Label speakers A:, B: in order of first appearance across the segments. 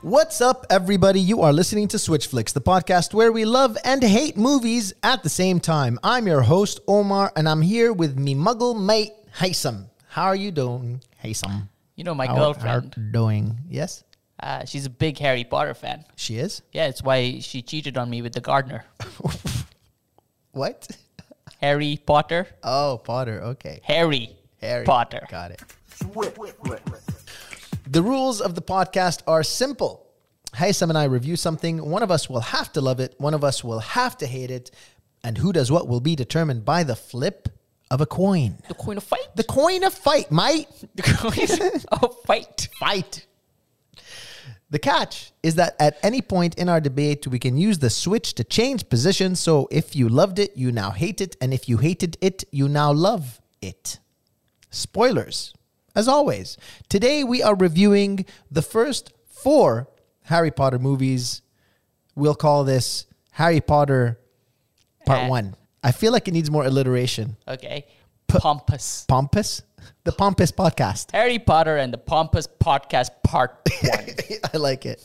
A: What's up, everybody? You are listening to Switch Flicks, the podcast where we love and hate movies at the same time. I'm your host, Omar, and I'm here with me muggle mate, Haysam. How are you doing, Haysam?
B: You know my
A: How are
B: girlfriend.
A: you doing? Yes,
B: Uh, she's a big Harry Potter fan.
A: she is.
B: Yeah, it's why she cheated on me with the gardener.
A: What?
B: Harry Potter.
A: Oh, Potter. Okay.
B: Harry.
A: Harry
B: Potter.
A: Got it. The rules of the podcast are simple. Haysam and I review something. One of us will have to love it, one of us will have to hate it, and who does what will be determined by the flip of a coin.
B: The coin of fight.
A: The coin of fight, mate.
B: The coin of fight.
A: Fight. The catch is that at any point in our debate, we can use the switch to change position. So if you loved it, you now hate it. And if you hated it, you now love it. Spoilers, as always. Today, we are reviewing the first four Harry Potter movies. We'll call this Harry Potter Part
B: Eh.
A: One. I feel like it needs more alliteration.
B: Okay. Pompous.
A: Pompous? The Pompous Podcast.
B: Harry Potter and the Pompous Podcast Part 1.
A: I like it.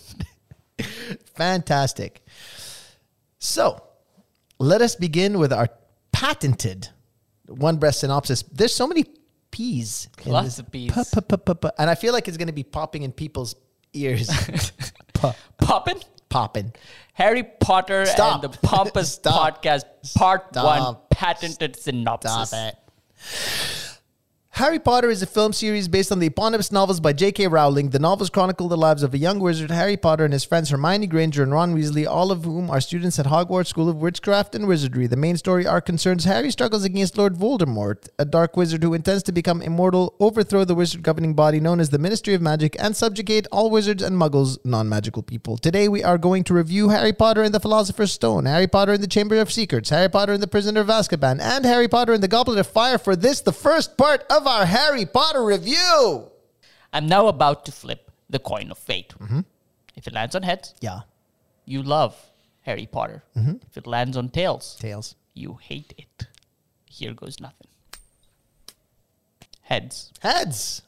A: Fantastic. So let us begin with our patented one breath synopsis. There's so many P's. in
B: Lots
A: this.
B: of Ps.
A: P- p- p- p- p- And I feel like it's going to be popping in people's ears. P-
B: Poppin'?
A: popping.
B: Harry Potter
A: Stop.
B: and the Pompous
A: Stop.
B: Podcast Part
A: Stop.
B: 1 patented synopsis.
A: Harry Potter is a film series based on the eponymous novels by J.K. Rowling. The novels chronicle the lives of a young wizard, Harry Potter, and his friends Hermione Granger and Ron Weasley, all of whom are students at Hogwarts School of Witchcraft and Wizardry. The main story arc concerns Harry struggles against Lord Voldemort, a dark wizard who intends to become immortal, overthrow the wizard governing body known as the Ministry of Magic, and subjugate all wizards and muggles, non magical people. Today we are going to review Harry Potter and the Philosopher's Stone, Harry Potter and the Chamber of Secrets, Harry Potter and the Prisoner of Azkaban, and Harry Potter and the Goblet of Fire for this, the first part of our Harry Potter review.
B: I'm now about to flip the coin of fate.
A: Mm-hmm.
B: If it lands on heads,
A: Yeah,
B: you love Harry Potter.
A: Mm-hmm.
B: If it lands on tails,
A: tails.
B: you hate it. Here goes nothing. Heads.
A: Heads.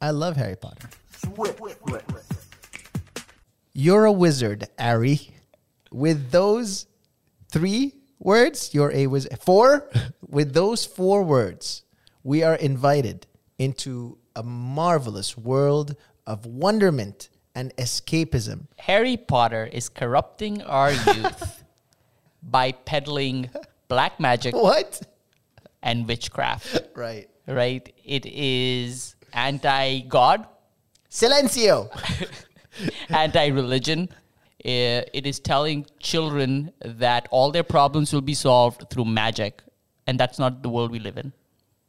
A: I love Harry Potter. You're a wizard, Ari. With those three words, you're a wizard. Four? With those four words, we are invited into a marvelous world of wonderment and escapism.
B: Harry Potter is corrupting our youth by peddling black magic
A: What?
B: and witchcraft.
A: Right.
B: Right? It is anti God,
A: Silencio.
B: anti religion. Uh, It is telling children that all their problems will be solved through magic. And that's not the world we live in.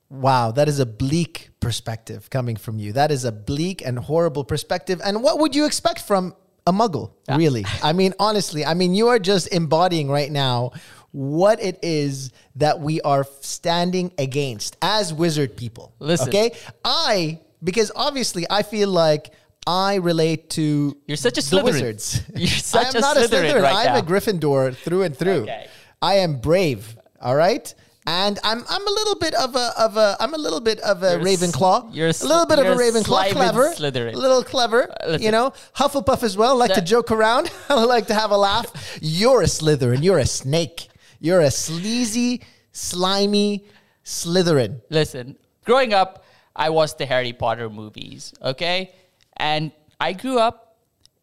A: Wow, that is a bleak perspective coming from you. That is a bleak and horrible perspective. And what would you expect from a muggle, really? I mean, honestly, I mean, you are just embodying right now what it is that we are standing against as wizard people.
B: Listen.
A: Okay? I, because obviously I feel like I relate to
B: You're such a
A: the
B: Slytherin.
A: wizards.
B: You're such
A: I am
B: a
A: not
B: Slytherin
A: a Slytherin.
B: right
A: I'm a
B: now.
A: Gryffindor through and through.
B: Okay.
A: I am brave. All right. And I'm I'm a little bit of a of a I'm a little bit of a
B: You're a s-
A: Ravenclaw.
B: you're a
A: a little bit of a
B: you're a
A: Ravenclaw,
B: sly with
A: clever,
B: Slytherin. Uh,
A: a little clever.
B: listen.
A: you know, Hufflepuff as well. Like to
B: That-
A: joke around. I like to have a laugh. You're a Slytherin. You're a snake. You're a sleazy, slimy Slytherin.
B: Listen, growing up, I watched the Harry Potter movies, okay? And I grew up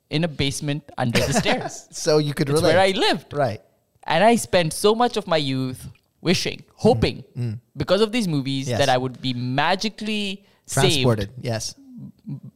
B: in a basement under the stairs.
A: So you could
B: That's
A: relate,
B: where I lived.
A: right?
B: And I spent so much of my youth wishing, hoping, because of these movies,
A: Mm. Yes.
B: that I would be magically
A: Transported. Yes.
B: saved.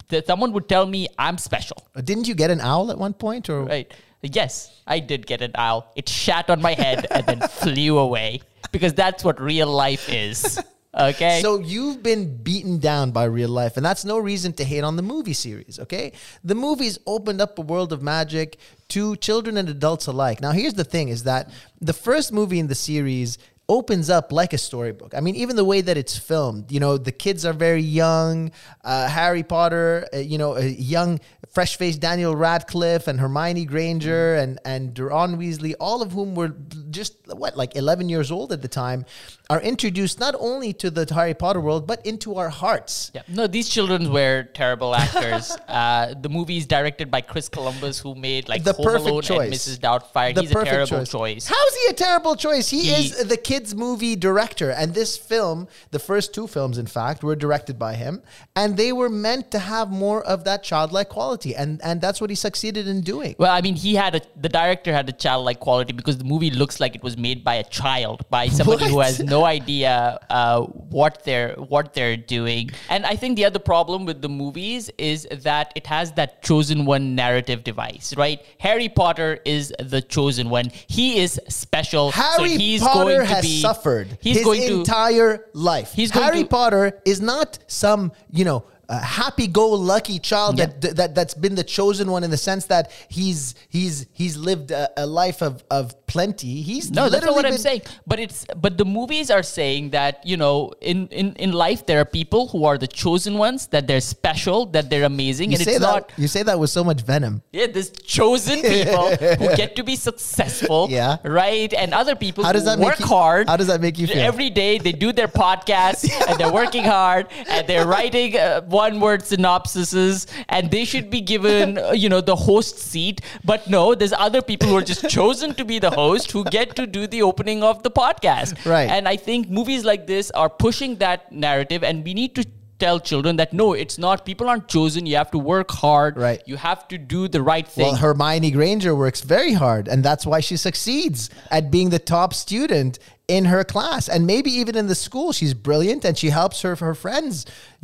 B: That someone would tell me I'm special,
A: Didn't you get an owl at one point? Or
B: right? Yes, I did get an owl. It shat on my head and then flew away because that's what real life is, okay?
A: So you've been beaten down by real life, and that's no reason to hate on the movie series, okay? The movies opened up a world of magic to children and adults alike. Now, here's the thing is that the first movie in the series opens up like a storybook. I mean, even the way that it's filmed, you know, the kids are very young, uh, Harry Potter, uh, you know, a young fresh faced Daniel Radcliffe and Hermione Granger and and Ron Weasley, all of whom were just what like eleven years old at the time, are introduced not only to the Harry Potter world but into our hearts.
B: Yeah. No, these children were terrible actors. uh, the movie is directed by Chris Columbus, who made like
A: The
B: Home
A: perfect
B: Alone and
A: choice.
B: Mrs. Doubtfire.
A: The
B: He's a
A: perfect
B: terrible
A: choice.
B: choice.
A: How is he a terrible choice? He,
B: He-
A: is the kids' movie director, and this film, the first two films, in fact, were directed by him, and they were meant to have more of that childlike quality, and and that's what he succeeded in doing.
B: Well, I mean, he had a the director had a childlike quality because the movie looks like it was made by a child, by somebody who
A: What?
B: has no idea uh, what they're what they're doing. And I think the other problem with the movies is that it has that chosen one narrative device, right? Harry Potter is the chosen one. He is special.
A: Harry
B: so he's
A: Potter
B: going to
A: has
B: be,
A: suffered
B: He's
A: his
B: going to
A: entire life.
B: He's going
A: Harry
B: to-
A: Potter is not some, you know, uh, happy-go-lucky child
B: Yeah.
A: that that that's been the chosen one in the sense that he's he's he's lived a, a life of of plenty. He's
B: No, that's not
A: literally
B: what I'm
A: been-
B: saying. But it's but the movies are saying that you know in in in life there are people who are the chosen ones that they're special that they're amazing
A: You
B: and
A: say
B: it's
A: that
B: not
A: you say that with so much venom.
B: yeah there's chosen people who get to be successful
A: Yeah.
B: right and other people
A: How does
B: who
A: that make
B: work
A: you-
B: hard
A: how does that make you feel?
B: every day they do their podcasts and they're working hard and they're writing uh, one word synopsises and they should be given uh, you know the host seat but no there's other people who are just chosen to be the host who get to do the opening of the podcast
A: Right.
B: and i think movies like this are pushing that narrative and we need to tell children that no it's not people aren't chosen you have to work hard
A: Right.
B: you have to do the right thing
A: Well, Hermione Granger works very hard, and that's why she succeeds at being the top student in her class, and maybe even in the school. She's brilliant, and she helps her her friends.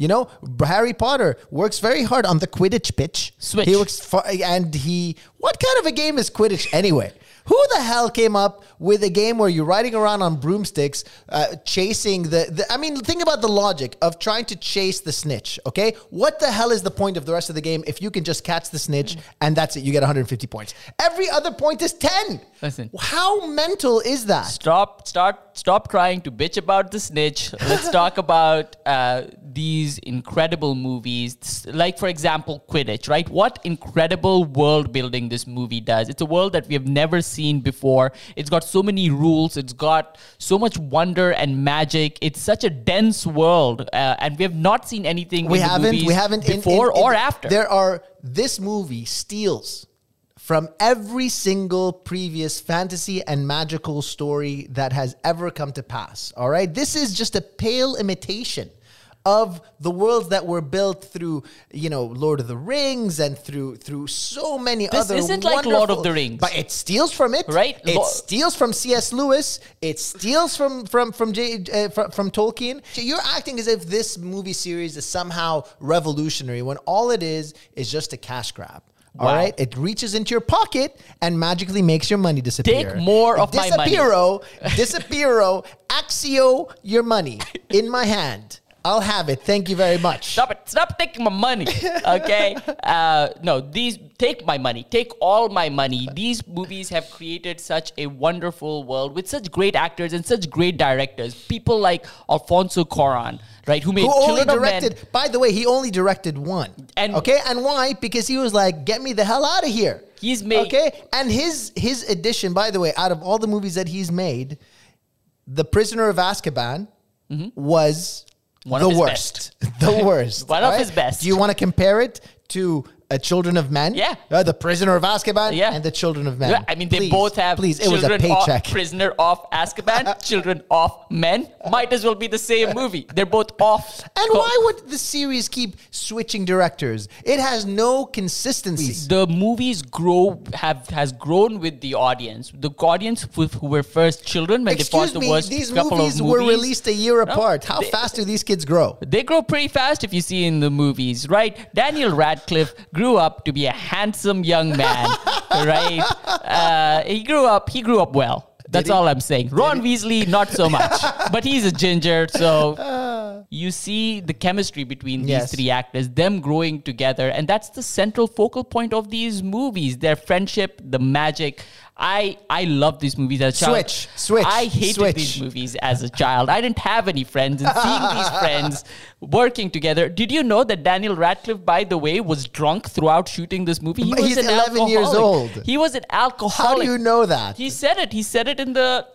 A: You know, Harry Potter works very hard on the Quidditch pitch.
B: Switch.
A: He works far, and he. What kind of a game is Quidditch anyway? Who the hell came up with a game where you're riding around on broomsticks, uh, chasing the, the? I mean, think about the logic of trying to chase the snitch. Okay, what the hell is the point of the rest of the game if you can just catch the snitch and that's it? You get 150 points. Every other point is 10.
B: Listen.
A: how mental is that?
B: stop start stop trying to bitch about the snitch let's talk about uh, these incredible movies S- like for example quidditch right what incredible world building this movie does it's a world that we have never seen before it's got so many rules it's got so much wonder and magic it's such a dense world uh, and we have not seen anything
A: we
B: in the
A: haven't
B: movies
A: we haven't in- in-
B: before
A: in-
B: or after
A: there are this movie steals from every single previous fantasy and magical story that has ever come to pass all right this is just a pale imitation of the worlds that were built through you know lord of the rings and through through so many
B: This
A: other
B: isn't like Lord
A: wonderful-
B: of the Rings.
A: but it steals from it
B: Right?
A: it
B: Lo-
A: steals from C.S. Lewis. It steals from from from J, uh, from, from Tolkien. So You're acting as if this movie series is somehow revolutionary when all it is is just a cash grab. All
B: Wow.
A: right, it reaches into your pocket and magically makes your money disappear.
B: Take more of my money.
A: Disappearo, disappearo, axio your money in my hand. I'll have it. Thank you very much.
B: Stop it. Stop taking my money. Okay. uh, no, these take my money. Take all my money. These movies have created such a wonderful world with such great actors and such great directors. People like Alfonso Cuarón, right, who made
A: Who only
B: Children of Men.
A: directed? By the way, he only directed one.
B: And-
A: okay, and why? Because he was like, "Get me the hell out of here."
B: He's made-
A: okay, and his his addition, by the way, out of all the movies that he's made, The Prisoner of Azkaban was
B: Mm-hmm. One
A: the
B: of his
A: worst. the worst.
B: One of
A: all
B: his best.
A: Do you want to compare it to? Uh, Children of Men,
B: Yeah.
A: Uh, the Prisoner of Azkaban,
B: Yeah.
A: and the Children of Men.
B: Yeah, I mean, they
A: Please,
B: both have
A: Please, it was a
B: children
A: paycheck.
B: Off, prisoner off Azkaban, children off men. Might as well be the same movie. They're both off.
A: And
B: co-
A: why would the series keep switching directors? It has no consistency.
B: the movies grow have has grown with the audience. The audience who, who were first children when they
A: Excuse
B: bought the
A: me,
B: worst
A: these
B: couple
A: movies
B: of
A: were
B: movies
A: released a year apart. How
B: they-
A: fast do these kids grow?
B: They grow pretty fast if you see in the movies, right? Daniel Radcliffe grew up to be a handsome young man, right? Uh, he grew up. He grew up well. That's
A: he?
B: all I'm saying. Ron Weasley, not so much, but he's a ginger, so you see the chemistry between these
A: Uh. Yes.
B: three actors, them growing together, and that's the central focal point of these movies. Their friendship, the magic. I I love these movies as a child.
A: Switch, switch,
B: I hated
A: switch.
B: these movies as a child. I didn't have any friends, and seeing these friends working together. Did you know that Daniel Radcliffe, by the way, was drunk throughout shooting this movie? He
A: But
B: was
A: he's
B: an
A: 11 years
B: alcoholic.
A: old.
B: He was an alcoholic.
A: How do you know that?
B: He said it. He said it in the.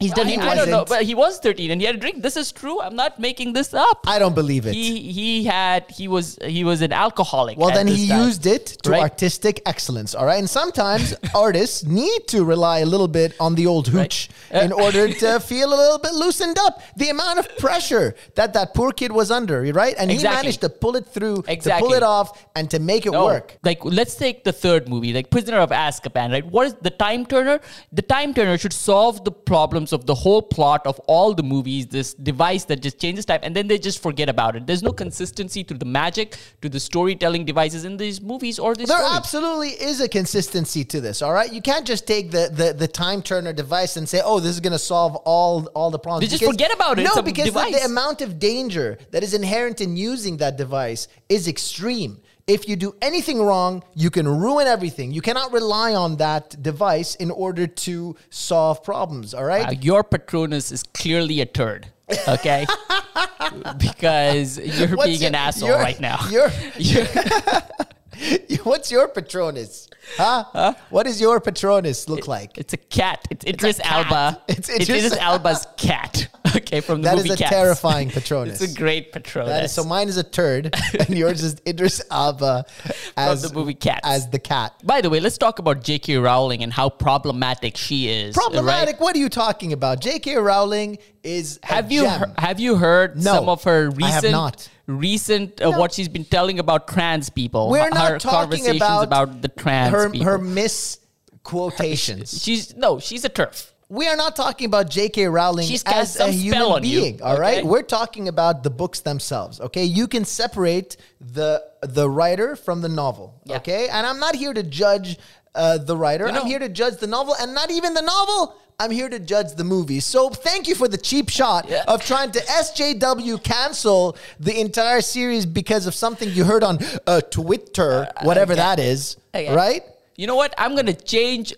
B: He's done.
A: he
B: I don't know,
A: wasn't.
B: but he was 13 and he had a drink. This is true. I'm not making this up.
A: I don't believe it.
B: He he had he was he was an alcoholic.
A: well,
B: at
A: then
B: this
A: he
B: time.
A: used it to
B: Right.
A: artistic excellence, all right? And sometimes artists need to rely a little bit on the old hooch in order to feel a little bit loosened up. The amount of pressure that that poor kid was under, right? And
B: Exactly.
A: he managed to pull it through, to pull
B: Exactly.
A: it off, and to make it
B: No.
A: work.
B: Oh, Like let's take the third movie, like Prisoner of Azkaban, right? What is the time turner? The time turner should solve the problems of the whole plot of all the movies, this device that just changes time and then they just forget about it. There's no consistency to the magic, to the storytelling devices in these movies or these
A: There
B: stories.
A: absolutely is a consistency to this, all right? You can't just take the, the, the time turner device and say, oh, this is going to solve all, all the problems.
B: They just forget about it. It's
A: No,
B: a
A: because the, the
B: device.
A: amount of danger that is inherent in using that device is extreme. If you do anything wrong, you can ruin everything. You cannot rely on that device in order to solve problems, all right?
B: Uh, your Patronus is clearly a turd. Okay, because you're
A: What's
B: being an
A: your-
B: asshole
A: your-
B: right now.
A: your-
B: You're-
A: What's your Patronus? Huh? What does your Patronus look like?
B: it's a cat. It's Idris Alba.
A: It's
B: It's
A: Idris-
B: Idris, Alba's cat. Okay, from the
A: That is
B: movie
A: a
B: Cats.
A: terrifying Patronus.
B: It's a great Patronus.
A: That is, so mine is a turd, and yours is Idris Alba as
B: the movie Cats.
A: As the cat.
B: By the way, let's talk about J.K. Rowling and how problematic she is. right?
A: Problematic. What are you talking about? J.K. Rowling is. a
B: Have you
A: gem.
B: he- have you heard
A: No,
B: some of her
A: I
B: recent
A: have not.
B: recent uh, what she's been telling about trans people?
A: We're
B: her
A: not talking
B: conversations
A: about,
B: about, the trans
A: her
B: people.
A: her misquotations.
B: she's no, she's a turf.
A: We are not talking about J.K. Rowling
B: She's
A: as
B: cast some
A: a
B: spell
A: human
B: on you,
A: being. All right,
B: okay?
A: we're talking about the books themselves. Okay, you can separate the the writer from the novel.
B: Yeah.
A: Okay, and I'm not here to judge uh, the writer.
B: No, no.
A: I'm here to judge the novel, and not even the novel. I'm here to judge the movie. So thank you for the cheap shot
B: Yeah.
A: of trying to SJW cancel the entire series because of something you heard on uh, Twitter, whatever that is,
B: Uh, Okay.
A: right?
B: You know what? I'm gonna change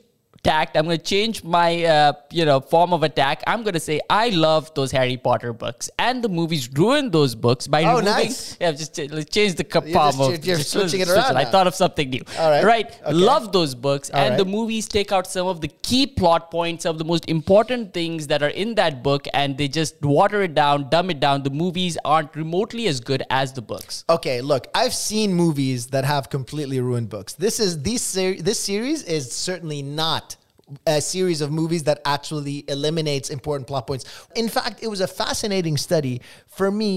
B: tact. I'm gonna change my uh, you know form of attack. I'm gonna say I love those Harry Potter books, and the movies ruined those books by
A: Oh,
B: removing.
A: nice.
B: Yeah, just ch- let's change the palm
A: just-
B: of.
A: you're- you're
B: just-
A: switching it
B: switch
A: around
B: I
A: now.
B: thought of something new.
A: All right.
B: right.
A: Okay.
B: Love those books,
A: All
B: and the
A: right.
B: movies take out some of the key plot points of the most important things that are in that book, and they just water it down, dumb it down. The movies aren't remotely as good as the books.
A: Okay, look, I've seen movies that have completely ruined books. This is these ser- this series is certainly not a series of movies that actually eliminates important plot points. In fact, it was a fascinating study for me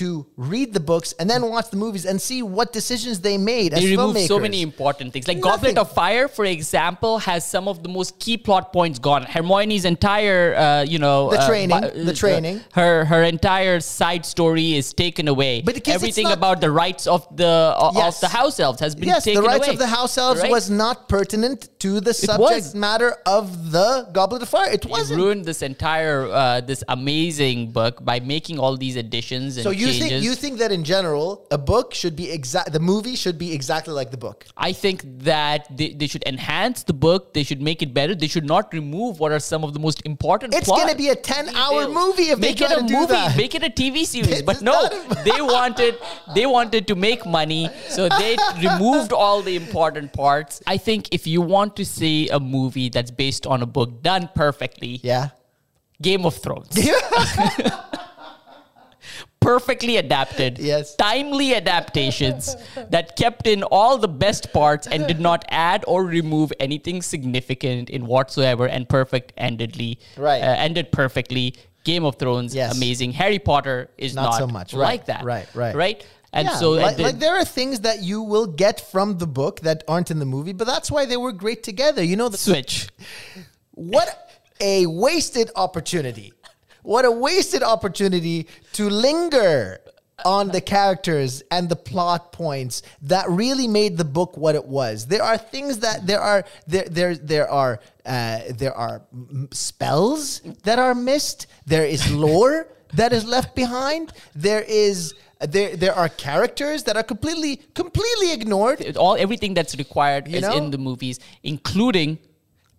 A: to read the books and then watch the movies and see what decisions they made as
B: they remove so
A: filmmakers.
B: many important things. Like
A: Nothing.
B: Goblet of Fire, for example, has some of the most key plot points gone. Hermione's entire, uh, you know,
A: The
B: uh,
A: training,
B: bi-
A: the training.
B: her her entire side story is taken away.
A: But because it's
B: everything
A: not-
B: about the rights of the uh,
A: Yes.
B: of the house elves has been
A: Yes, the
B: taken
A: rights
B: away.
A: of the house elves
B: Right?
A: was not pertinent to the subject
B: was.
A: matter of the Goblet of Fire. It
B: You
A: wasn't.
B: ruined this entire uh, this amazing book by making all these additions and
A: So you
B: changes.
A: think you think that in general a book should be exact the movie should be exactly like the book.
B: I think that they, they should enhance the book. They should make it better. They should not remove what are some of the most important.
A: It's
B: plot
A: gonna be a 10-hour
B: details.
A: movie if they
B: make
A: try
B: it a
A: to do
B: movie,
A: that.
B: make it a TV series.
A: This
B: But
A: is
B: no,
A: not a-
B: they wanted they wanted to make money, so they removed all the important parts. I think if you want to see a movie that's based on a book done perfectly,
A: Yeah.
B: Game of Thrones. Perfectly adapted,
A: Yes.
B: timely adaptations that kept in all the best parts and did not add or remove anything significant in whatsoever, and perfect endedly,
A: Right.
B: uh, ended perfectly. Game of Thrones,
A: Yes.
B: amazing. Harry Potter is
A: Not
B: not,
A: so much.
B: like
A: Right,
B: that,
A: right, right.
B: right. And
A: Yeah,
B: so,
A: like,
B: and the-
A: like there are things that you will get from the book that aren't in the movie, but that's why they were great together. You know, the,
B: switch.
A: what a wasted opportunity! What a wasted opportunity to linger on the characters and the plot points that really made the book what it was. There are things that there are there there there are uh, there are m- spells that are missed. There is lore. that is left behind. There is there there are characters that are completely completely ignored.
B: It- all everything that's required
A: You
B: is
A: know?
B: in the movies, including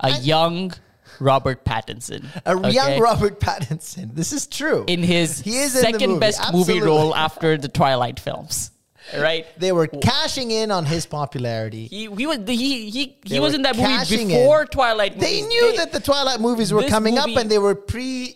B: a young Robert Pattinson.
A: A
B: okay?
A: young Robert Pattinson. This is true.
B: in his
A: He is in the
B: second
A: movie,
B: best movie role
A: absolutely.
B: after the Twilight films. Right?
A: they were cashing in on his popularity.
B: He, he was he he,
A: They
B: he was
A: were
B: in that movie
A: cashing in.
B: before Twilight.
A: They
B: movies.
A: knew that the Twilight movies were
B: this
A: coming up
B: movie-
A: and they were pre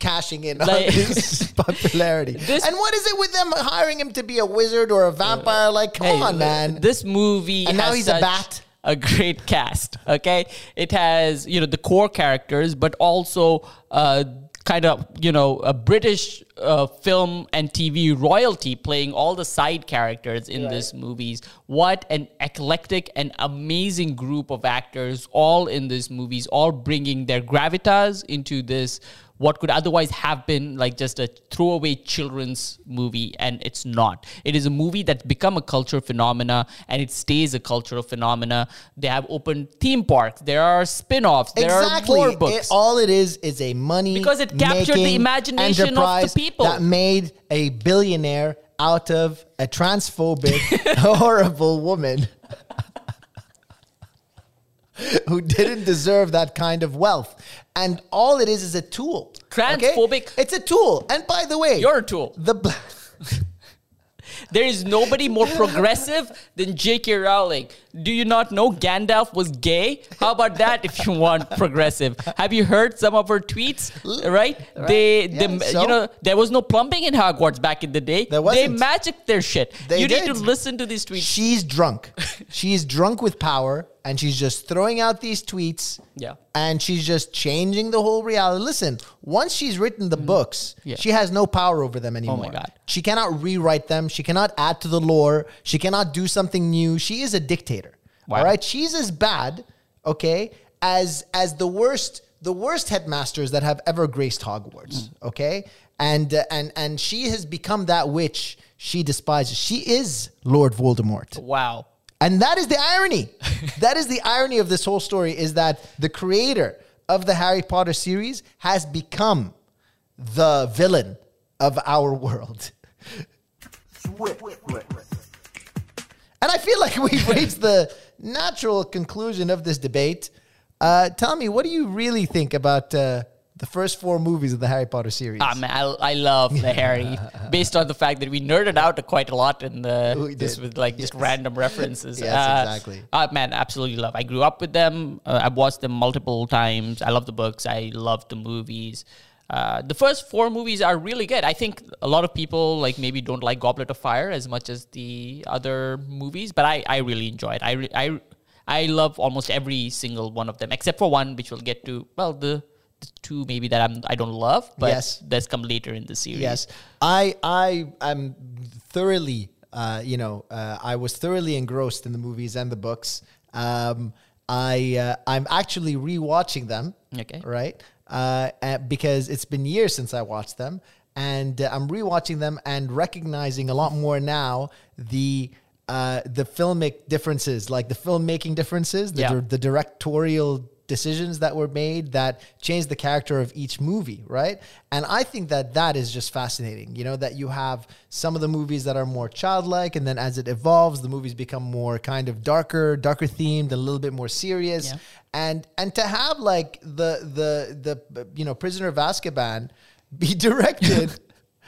A: cashing in
B: Like-
A: on his popularity.
B: This-
A: and what is it with them hiring him to be a wizard or a vampire? Like, come
B: Hey,
A: on,
B: th-
A: man.
B: This movie
A: And now
B: has
A: he's a
B: such
A: bat.
B: a great cast. Okay, it has you know the core characters, but also uh, kind of you know a British uh, film and TV royalty playing all the side characters in this movies. What an eclectic and amazing group of actors, all in these movies, all bringing their gravitas into this. What could otherwise have been like just a throwaway children's movie, and it's not. It is a movie that's become a cultural phenomena, and it stays a cultural phenomena. They have opened theme parks. There are spin-offs. There
A: exactly.
B: are more
A: It-
B: books.
A: all it is is a money
B: Because it captured the
A: making
B: imagination of the
A: enterprise
B: people.
A: that made a billionaire out of a transphobic, horrible woman. who didn't deserve that kind of wealth. And all it is is a tool. okay?
B: Transphobic.
A: It's a tool. And by the way,
B: You're a tool.
A: the black.
B: There is nobody more progressive than J.K. Rowling. Do you not know Gandalf was gay? How about that if you want progressive? Have you heard some of her tweets? Right? They,
A: Yeah,
B: they
A: so?
B: you know, there was no plumbing in Hogwarts back in the day.
A: There
B: they
A: wasn't.
B: magic their shit.
A: They
B: you need
A: did.
B: to listen to these tweets.
A: she's drunk. she's drunk with power and she's just throwing out these tweets.
B: Yeah.
A: And she's just changing the whole reality. Listen, once she's written the books,
B: Mm. Yeah. Oh
A: she has no power over them anymore.
B: God.
A: She cannot rewrite them. She cannot add to the lore. She cannot do something new. She is a dictator.
B: Wow.
A: All right. She's as bad, okay, as as the worst the worst headmasters that have ever graced Hogwarts. Okay. And uh, and and she has become that witch she despises. She is Lord Voldemort.
B: Wow.
A: And that is the irony. that is the irony of this whole story is that the creator of the Harry Potter series has become the villain of our world. And I feel like we've reached the natural conclusion of this debate. Uh, tell me, what do you really think about uh, the first four movies of the Harry Potter series?
B: Ah, man, I, I love the Harry based on the fact that we nerded out quite a lot in the
A: We
B: this
A: did.
B: with like just
A: Yes.
B: random references.
A: Yes,
B: Uh,
A: exactly.
B: Ah, man, absolutely love. I grew up with them. Uh, I've watched them multiple times. I love the books. I love the movies. Uh, the first four movies are really good. I think a lot of people like maybe don't like Goblet of Fire as much as the other movies, but I, I really enjoy it. I, re- I I love almost every single one of them except for one, which we'll get to. Well, the, the two maybe that I'm I don't love, but
A: Yes.
B: that's come later in the series.
A: Yes, I I am thoroughly, uh, you know, uh, I was thoroughly engrossed in the movies and the books. Um, I uh, I'm actually rewatching them.
B: Okay.
A: Right. Uh, uh, because it's been years since I watched them, and uh, I'm rewatching them and recognizing a lot more now the. Uh, the filmic differences, like the filmmaking differences, the,
B: Yeah.
A: dir- the directorial decisions that were made that changed the character of each movie, right? And I think that that is just fascinating. You know that you have some of the movies that are more childlike, and then as it evolves, the movies become more kind of darker, darker themed, a little bit more serious,
B: Yeah.
A: and and to have like the the the you know Prisoner of Azkaban be directed.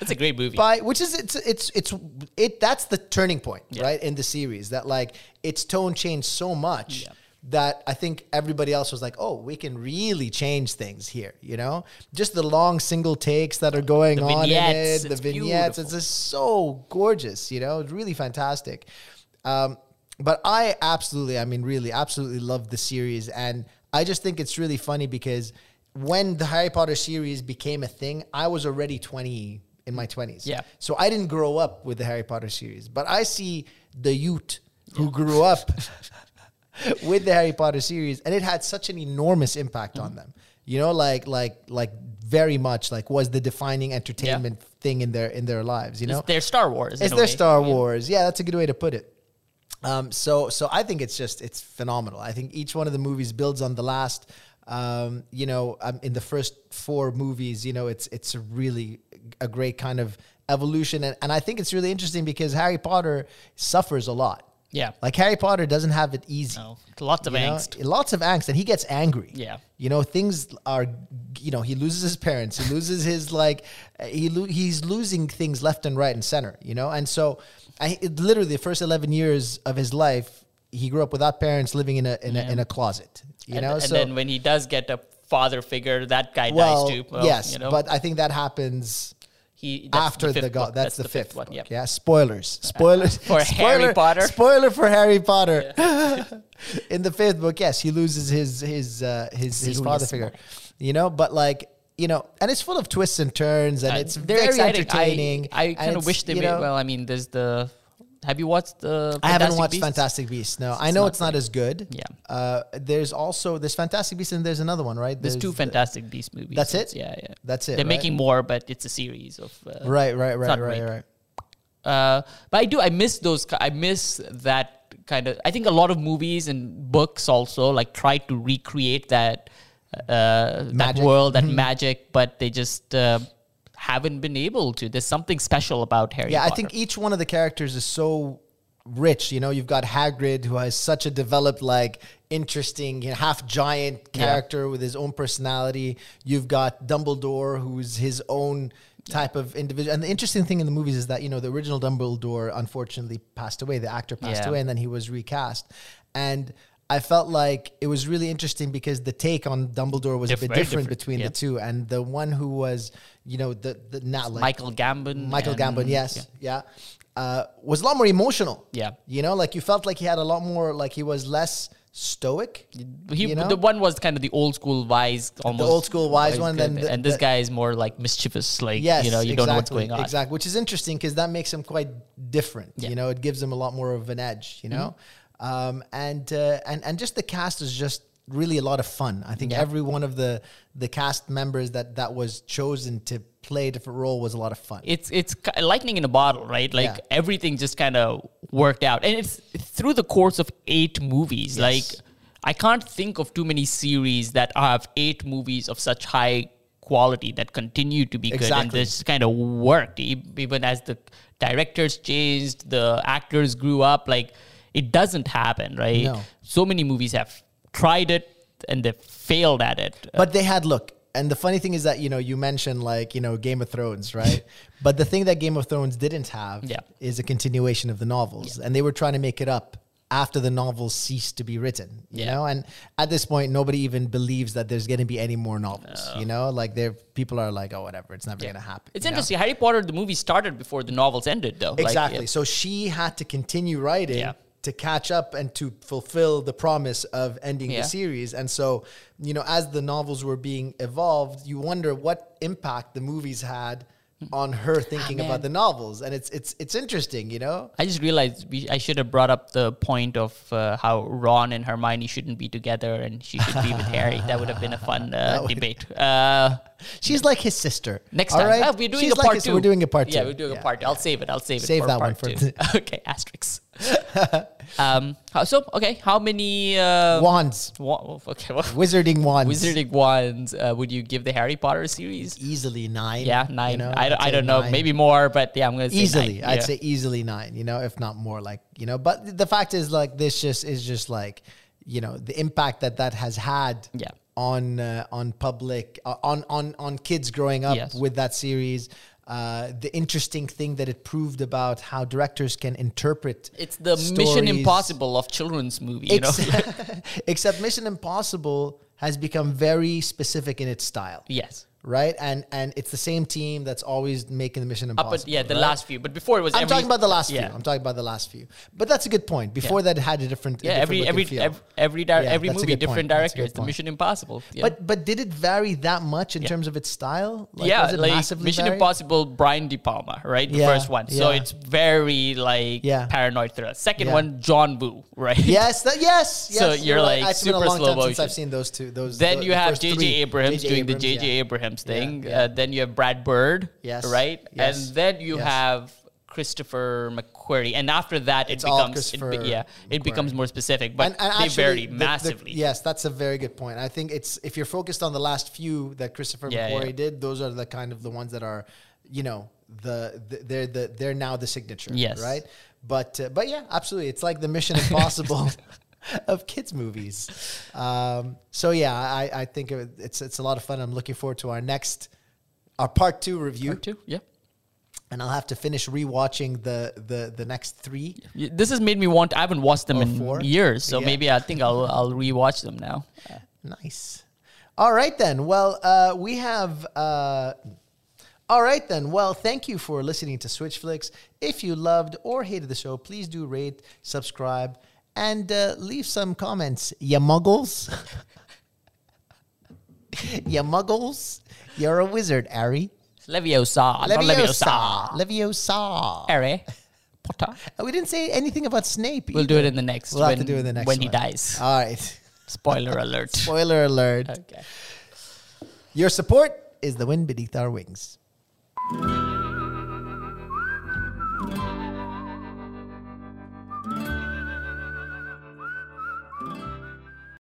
B: It's a great movie.
A: by which is it's it's it's it that's the turning point right in the series that like its tone changed so much
B: Yeah.
A: that i think everybody else was like oh we can really change things here you know just the long single takes that are going
B: The
A: on in it
B: vignettes,
A: the
B: it's
A: vignettes it's
B: beautiful.
A: just so gorgeous you know it's really fantastic um but i absolutely i mean really absolutely love the series and i just think it's really funny because when the harry potter series became a thing i was already 20 in my 20s
B: Yeah.
A: so I didn't grow up with the Harry Potter series, but I see the youth who grew up with the Harry Potter series, and it had such an enormous impact on them. You know, like like like very much like was the defining entertainment thing in their in their lives. You know,
B: It's their Star Wars. in
A: it's
B: a
A: their
B: way.
A: Star Wars. Yeah, that's a good way to put it. Um, so so I think it's just it's phenomenal. I think each one of the movies builds on the last. Um, you know, um, in the first four movies, you know, it's it's really a great kind of evolution, and, and I think it's really interesting because Harry Potter suffers a lot.
B: Yeah.
A: like Harry Potter doesn't have it easy.
B: No, lots of
A: You know,
B: angst.
A: lots of angst, and he gets angry.
B: Yeah.
A: you know things are. You know, he loses his parents. He loses his like. uh, He lo- he's losing things left and right and center. You know, and so, I it, literally the first eleven years of his life, he grew up without parents, living in a in, a, in a closet. You
B: and,
A: know,
B: and
A: so
B: then when he does get a father figure, that guy
A: well,
B: dies too. Well,
A: yes,
B: you know,
A: but I think that happens
B: he that's
A: after the,
B: fifth
A: god.
B: book.
A: That's, the, fifth,
B: one.
A: book,
B: Yeah.
A: Yeah, spoilers. Spoilers
B: For Harry
A: Spoiler-
B: Potter.
A: Spoiler for Harry Potter. In the fifth book, yes, he loses his his uh, his his
B: Serious
A: father figure. You know, but like you know, and it's full of twists and turns, and
B: Uh,
A: it's
B: they're
A: very
B: exciting. I-
A: entertaining.
B: I,
A: and
B: kind of
A: it's,
B: wish they
A: you
B: made.
A: know-
B: Well, I mean, there's the. Have you watched the?
A: I haven't
B: Fantastic
A: watched
B: Beasts?
A: Fantastic Beasts. No, I know
B: not
A: it's not as good.
B: Yeah.
A: Uh, there's also there's Fantastic Beasts and there's another one, right?
B: There's two
A: the-
B: Fantastic Beast movies.
A: That's
B: so
A: it?
B: it's- Yeah, yeah.
A: That's it,
B: They're
A: right?
B: making more, but it's a series of. Uh,
A: Right, right, right,
B: not
A: right,
B: great.
A: right.
B: Uh, but I do. I miss those. ki- I miss that kind of. I think a lot of movies and books also like try to recreate that uh, that
A: Magic. Mm-hmm.
B: world, that magic, but they just uh, haven't been able to. There's something special about Harry.
A: Yeah, I
B: Potter.
A: think each one of the characters is so rich. You know, you've got Hagrid who has such a developed, like interesting you know, half giant character with his own personality. You've got Dumbledore who's his own type of individual. And the interesting thing in the movies is that you know the original Dumbledore unfortunately passed away. The actor passed
B: Yeah.
A: away, and then he was recast. And I felt like it was really interesting because the take on Dumbledore was
B: Diff-
A: a bit
B: very
A: different
B: different,
A: between
B: yeah.
A: the two, and the one who was, you know, the the not like
B: Michael Gambon.
A: Michael
B: and-
A: Gambon, yes, yeah, Uh, was a lot more emotional.
B: Yeah.
A: you know, like you felt like he had a lot more, like he was less stoic.
B: He,
A: you know?
B: The one was kind of the old school wise, almost
A: old school wise one, then the-
B: and this
A: the-
B: guy is more like mischievous, like
A: yes,
B: you know, you
A: exactly,
B: don't know what's going on.
A: Exactly, which is interesting because that makes him quite different. You
B: Yeah. Mm-hmm.
A: know, it gives him a lot more of an edge. You know, um, and uh, and and just the cast is just really a lot of fun. I think
B: Yeah.
A: every one of the the cast members that that was chosen to play a different role was a lot of fun.
B: it's it's ki- lightning in a bottle, right? Like
A: Yeah.
B: everything just kind of worked out, and it's through the course of eight movies. Like I can't think of too many series that have eight movies of such high quality that continue to be good and
A: Exactly.
B: this kind of worked e- even as the directors changed the actors grew up like it doesn't happen right
A: No.
B: so many movies have tried it and they failed at it
A: But they had look. And the funny thing is that you know you mentioned like you know Game of Thrones, right? but the thing that Game of Thrones didn't have
B: Yeah.
A: is a continuation of the novels, and they were trying to make it up after the novels ceased to be written. You
B: Yeah.
A: know, and at this point, nobody even believes that there's going to be any more novels. You know, like there people are like, oh, whatever, it's never going to happen.
B: it's
A: you know?
B: interesting harry potter the movie started before the novels ended though Like,
A: Exactly. so she had to continue writing
B: Yeah.
A: to catch up and to fulfill the promise of ending
B: Yeah.
A: the series. And so, you know, as the novels were being evolved, you wonder what impact the movies had on her thinking
B: Ah, man.
A: about the novels. And it's it's it's interesting, you know?
B: I just realized we, I should have brought up the point of uh, how Ron and Hermione shouldn't be together and she should be with Harry. That would have been a fun uh, debate. Uh,
A: She's like his sister.
B: next
A: all
B: time,
A: right?
B: Ah, we're doing
A: She's
B: a part
A: his-
B: two.
A: We're doing a part two.
B: Yeah, we're doing a part two. I'll save it. I'll save it.
A: Save
B: for
A: that
B: part
A: one for-
B: two. okay, asterisks. um, how, so okay, how many? Uh,
A: Wands.
B: wa- okay, well,
A: Wizarding wands.
B: wizarding wands uh, would you give the Harry Potter series?
A: Easily nine.
B: Yeah,
A: you
B: nine.
A: know?
B: I, don't-
A: I'd
B: I
A: say
B: don't know.
A: nine.
B: Maybe more, but yeah, I'm gonna say
A: easily
B: nine.
A: i'd
B: Yeah.
A: say easily nine you know if not more like you know but th- the fact is like this just is just like you know the impact that that has had
B: Yeah.
A: on uh, on public uh, on on on kids growing up
B: Yes.
A: with that series uh, the interesting thing that it proved about how directors can interpret
B: It's the Mission
A: stories.
B: Impossible of children's movie. You know?
A: Except- except Mission Impossible has become very specific in its style,
B: yes.
A: right? And and it's the same team that's always making the Mission
B: Up
A: Impossible.
B: at, yeah, the
A: right?
B: last few. But before it was.
A: I'm
B: every-
A: talking about the last
B: yeah.
A: few. I'm talking about the last few. But that's a good point. Before that, it had a different. a
B: Yeah,
A: different
B: every
A: look and
B: every
A: feel.
B: every every, di-
A: Yeah,
B: every
A: that's a
B: movie,
A: good point.
B: different
A: That's a
B: director.
A: good
B: It's the
A: point.
B: Mission Impossible. Yeah.
A: But but did it vary that much in
B: Yeah.
A: terms of its style?
B: yeah,
A: was it
B: like
A: massively
B: Mission
A: varied?
B: Impossible, Brian De Palma, right? The
A: Yeah,
B: first one. So
A: yeah.
B: it's very like
A: Yeah.
B: paranoid thriller. Second
A: Yeah.
B: one, John Woo, right?
A: Yes, that yes. yes
B: So you're
A: right.
B: like
A: it's been a
B: super
A: long
B: slow
A: time since
B: motion.
A: I've seen those two. Those
B: Then
A: the-
B: you
A: the
B: have
A: first
B: J.J.
A: three.
B: Abrams
A: J.J.
B: doing the
A: Abrams,
B: J.J.
A: yeah.
B: Abrams thing.
A: yeah.
B: Uh, then you have Brad Bird,
A: Yes,
B: right?
A: yes,
B: And then you
A: yes.
B: have Christopher Mc- query, and after that,
A: It's
B: it
A: all
B: becomes it,
A: Christopher
B: be- yeah, it becomes more specific. But
A: and, and
B: they
A: actually,
B: vary
A: the- the-
B: massively.
A: yes, that's a very good point. I think it's if you're focused on the last few that Christopher
B: Yeah,
A: McQuarrie
B: yeah.
A: did, those are the kind of the ones that are, you know, the, the they're the they're now the signature.
B: Yes.
A: right. But uh, but yeah, absolutely. It's like the Mission Impossible of kids movies. Um, so yeah, I, I think it- it's it's a lot of fun. I'm looking forward to our next our part two review,
B: Two, yeah.
A: and I'll have to finish rewatching the the the next three.
B: Y- This has made me want. I haven't watched them
A: Or
B: in
A: Oh, four.
B: years, so
A: Yeah.
B: maybe I think I'll I'll rewatch them now.
A: Nice. All right then. Well, uh, we have. Uh, all right then. Well, thank you for listening to Switch Flicks. If you loved or hated the show, please do rate, subscribe, and uh, leave some comments. Ya muggles. ya muggles. You're a wizard, Ari.
B: Leviosa, not Leviosa.
A: Leviosa. Uh,
B: Harry Potter.
A: We didn't say anything about Snape.
B: We'll
A: either.
B: do it in the next.
A: We'll have
B: when-
A: to do it in the next
B: when he
A: one.
B: dies.
A: All right.
B: Spoiler alert.
A: Spoiler alert.
B: okay.
A: Your support is the wind beneath our wings.